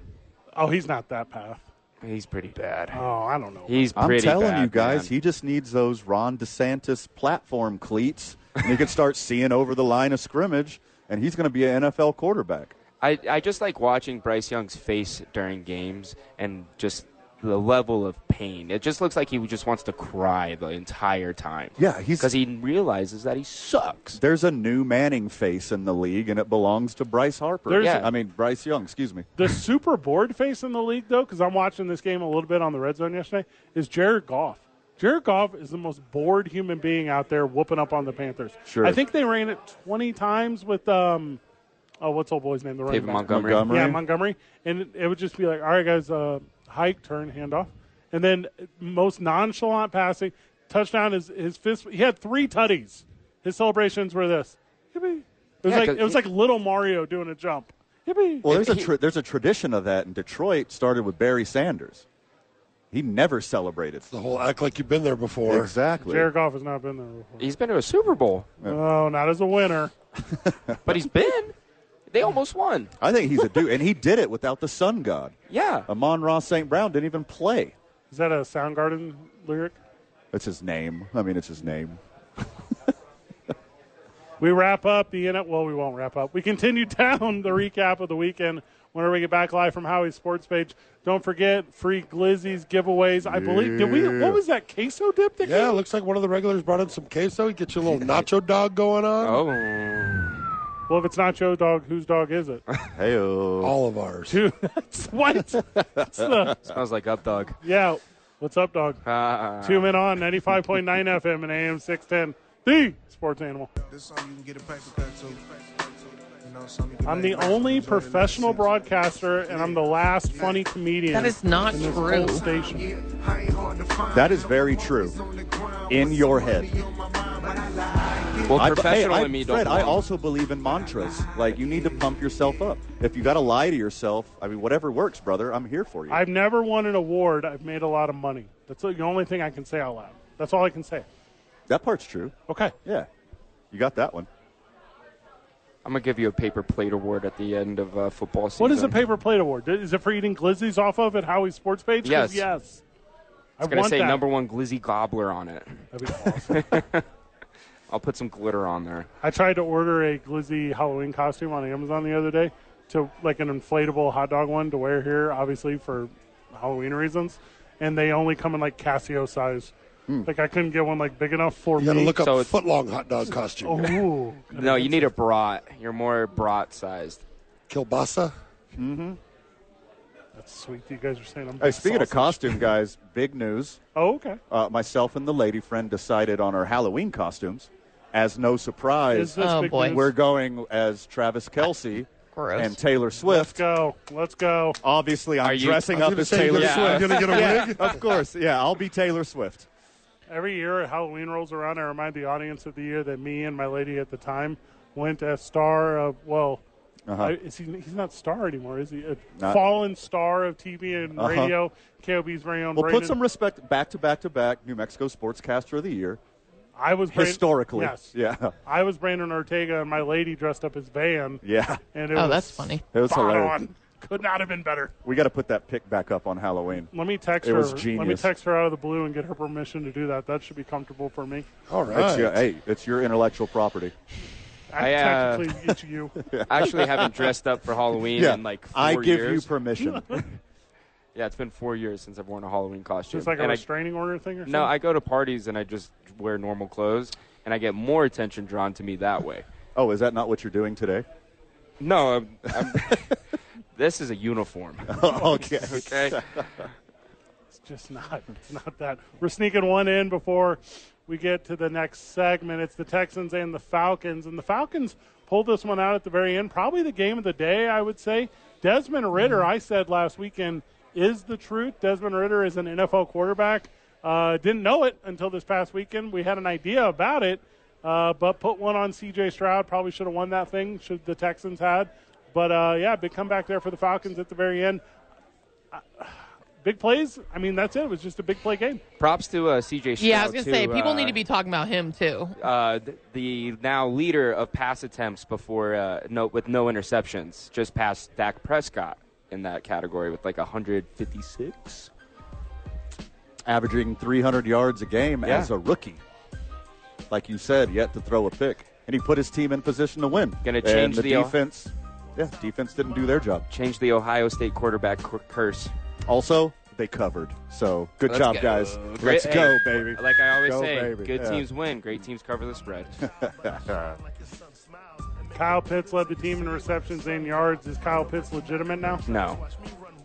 A: Oh, he's not that path.
E: He's pretty bad.
A: Oh, I don't know.
E: He's
D: I'm
E: pretty
D: telling
E: bad,
D: you guys,
E: man.
D: he just needs those Ron DeSantis platform cleats, and he can start seeing over the line of scrimmage, and he's going to be an NFL quarterback.
E: I, I just like watching Bryce Young's face during games and just the level of pain. It just looks like he just wants to cry the entire time.
D: Yeah, he's-
E: because he realizes that he sucks.
D: There's a new Manning face in the league, and it belongs to Bryce Harper.
A: There's-
E: Yeah.
D: I mean Bryce Young. Excuse me.
A: The super bored face in the league, though, because I'm watching this game a little bit on the red zone yesterday, is Jared Goff. Jared Goff is the most bored human being out there whooping up on the Panthers.
D: Sure.
A: I think they ran it 20 times with, um, oh, what's old boy's name? The running
E: David
A: back.
E: Montgomery.
D: Montgomery.
A: Yeah, Montgomery. And it, it would just be like, all right, guys, uh, hike, turn, handoff. And then most nonchalant passing, touchdown is his fist. He had three tutties. His celebrations were this. Yippee. It was,
E: Yeah,
A: like,
E: 'cause
A: it was
E: he-
A: like little Mario doing a jump. Yippee.
D: Well, there's a
E: he-
D: tra- there's a tradition of that in Detroit. Started with Barry Sanders. He never celebrated.
C: The whole act like you've been there before.
D: Exactly.
A: Jared Goff has not been there before.
E: He's been to a Super Bowl,
A: Oh, not as a winner.
E: but he's been. They almost won.
D: I think he's a dude, and he did it without the sun god.
E: Yeah.
D: Amon Ross St. Brown didn't even play.
A: Is that a Soundgarden lyric?
D: That's his name. I mean, it's his name.
A: We wrap up the in Well, we won't wrap up. We continue down the recap of the weekend whenever we get back live from Howie's sports page. Don't forget free glizzies giveaways. I believe did we? What was that queso dip? That
C: Yeah,
A: came?
C: looks like one of the regulars brought in some queso. You get your little nacho dog going on.
E: Oh.
A: Well, if it's not Joe dog, whose dog is it?
D: Hey,
C: All of ours.
A: Dude, that's what? That's the,
E: Smells like up dog.
A: yeah. What's up, dog?
E: Ah.
A: Two men on ninety five point nine FM and AM six ten. The sports animal.
F: This song you can get a paper cut to. You know, something you can
A: I'm
F: make
A: the
F: money.
A: only
F: Enjoy the
A: professional
F: lessons.
A: broadcaster, and I'm the last funny comedian.
B: That is not
A: in this
B: true.
A: whole Station.
D: That is very true. In your head.
E: Well,
D: I, hey,
E: professional
D: I,
E: and me don't
D: Fred, I
E: belong.
D: also believe in mantras. Like, you need to pump yourself up. If you got to lie to yourself, I mean, whatever works, brother, I'm here for you.
A: I've never won an award. I've made a lot of money. That's the only thing I can say out loud. That's all I can say.
D: that part's true.
A: Okay.
D: Yeah. You got that one.
E: I'm gonna give you a paper plate award at the end of uh, football season.
A: What is the paper plate award? Is it for eating glizzies off of at Howie's sports page? 'Cause
E: Yes.
A: Yes. I
E: It's gonna
A: want
E: say
A: that.
E: number one glizzy gobbler on it.
A: That'd be awesome.
E: I'll put some glitter on there.
A: I tried to order a glizzy Halloween costume on Amazon the other day to like an inflatable hot dog one to wear here, obviously for Halloween reasons, and they only come in like Casio size. Like I couldn't get one like big enough for
C: You got to
A: me. Oh.
C: look up
E: So it's-
C: footlong hot dog costume.
A: Ooh.
E: No, you need a brat. You're more brat sized.
C: Kielbasa.
A: That's sweet. that You guys are saying I'm.
D: Hey, speaking of costume, guys, big news.
A: Oh, okay.
D: Uh, myself and the lady friend decided on our Halloween costumes. As no surprise,
A: Is this
B: Oh,
A: big
B: boy.
A: news?
D: we're going as Travis Kelsey
B: Gross.
D: and Taylor
A: Let's
D: Swift.
A: go. Let's go.
D: Obviously, I'm
E: Are you-
D: dressing
C: I was
D: up
C: gonna
D: as
C: say,
D: Taylor
C: you're
D: Swift.
C: gonna- you're gonna get a wig?
D: of course, yeah, I'll be Taylor Swift.
A: Every year at Halloween rolls around, I remind the audience of the year that me and my lady at the time went as star of, well, I, is he, he's not star anymore, is he? A
D: Uh-huh. Not-
A: fallen star of TV and
D: Uh-huh.
A: radio, KOB's very own
D: Well,
A: Brandon.
D: put some respect back to back to back. New Mexico Sportscaster of the Year
A: I was Brand-
D: historically.
A: Yes.
D: Yeah.
A: I was Brandon Ortega and my lady dressed up as Van.
D: Yeah.
A: And it
B: Oh,
A: was
B: that's funny.
D: It was
A: spot
D: hilarious.
A: on. Could not have been better.
D: We got to put that pick back up on Halloween.
A: Let me text
D: It
A: her.
D: was
A: Let me
D: genius.
A: text her out of the blue and get her permission to do that. That should be comfortable for me.
C: All
D: It's
C: right.
D: your, hey, it's your intellectual property.
A: I,
E: I, uh,
A: technically it's you.
E: I actually haven't dressed up for Halloween in like four
D: I give
E: years.
D: you permission.
E: Yeah, it's been four years since I've worn a Halloween costume.
A: Just like a
E: And I-
A: restraining order thing or something?
E: no, I go to parties and I just wear normal clothes, and I get more attention drawn to me that way.
D: Oh, is that not what you're doing today?
E: No, I'm, I'm, this is a uniform.
D: okay.
E: Okay,
A: It's just not. It's not that. We're sneaking one in before we get to the next segment. It's the Texans and the Falcons, and the Falcons pulled this one out at the very end. Probably the game of the day, I would say. Desmond Ritter, I said last weekend, is the truth. Desmond Ritter is an NFL quarterback. Uh, didn't know it until this past weekend. We had an idea about it, uh, but put one on C.J. Stroud. Probably should have won that thing. Should the Texans had. But uh, yeah, big comeback there for the Falcons at the very end big plays. I mean, that's it. It was just a big play game.
E: props to uh, CJ.
B: Yeah, I was
E: Stroud,
B: gonna say
E: too,
B: people
E: uh,
B: need to be talking about him too.
E: uh, th- the now leader of pass attempts before uh, no with no interceptions, just past Dak Prescott in that category with like 156.
D: Averaging 300 yards a game
E: Yeah.
D: as a rookie. Like you said, yet to throw a pick. And he put his team in position to win.
E: Gonna
D: And
E: change
D: the,
E: the- uh,
D: defense. Yeah, defense didn't do their job.
E: Change the Ohio State quarterback cur- curse.
D: Also, they covered. So good
E: Let's
D: job,
E: go.
D: guys.
E: Great-
D: Let's
E: hey,
D: go, baby.
E: Like I always
D: Go,
E: say,
D: baby.
E: good
D: Yeah.
E: teams win, great teams cover the spread.
A: Kyle Pitts led the team in receptions and yards. Is Kyle Pitts legitimate now?
E: no.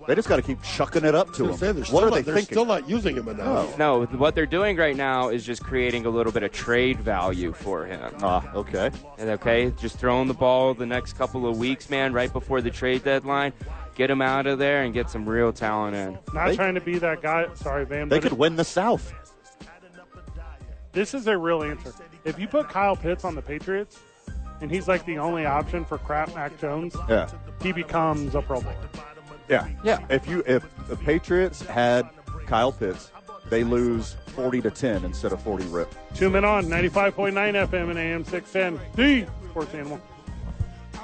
D: They just got to keep chucking it up to
C: They
D: him.
C: say they're still
D: what are
C: not-
D: they
C: they're
D: thinking?
C: still not using him enough.
E: No, what they're doing right now is just creating a little bit of trade value for him.
D: Ah, okay.
E: And okay, just throwing the ball the next couple of weeks, man, right before the trade deadline. Get him out of there and get some real talent in.
A: Not
D: They-
A: trying to be that guy. Sorry, Van.
D: They
A: But
D: could
A: it-
D: win the South.
A: this is a real answer. If you put Kyle Pitts on the Patriots, and he's like the only option for crap Mac Jones,
D: Yeah.
A: he becomes a Pro Bowler.
D: Yeah.
E: Yeah.
D: If you if the Patriots had Kyle Pitts, they lose 40 to 10 instead of 40 rip.
A: Two men on 95.9 FM and AM 610. The Sports Animal.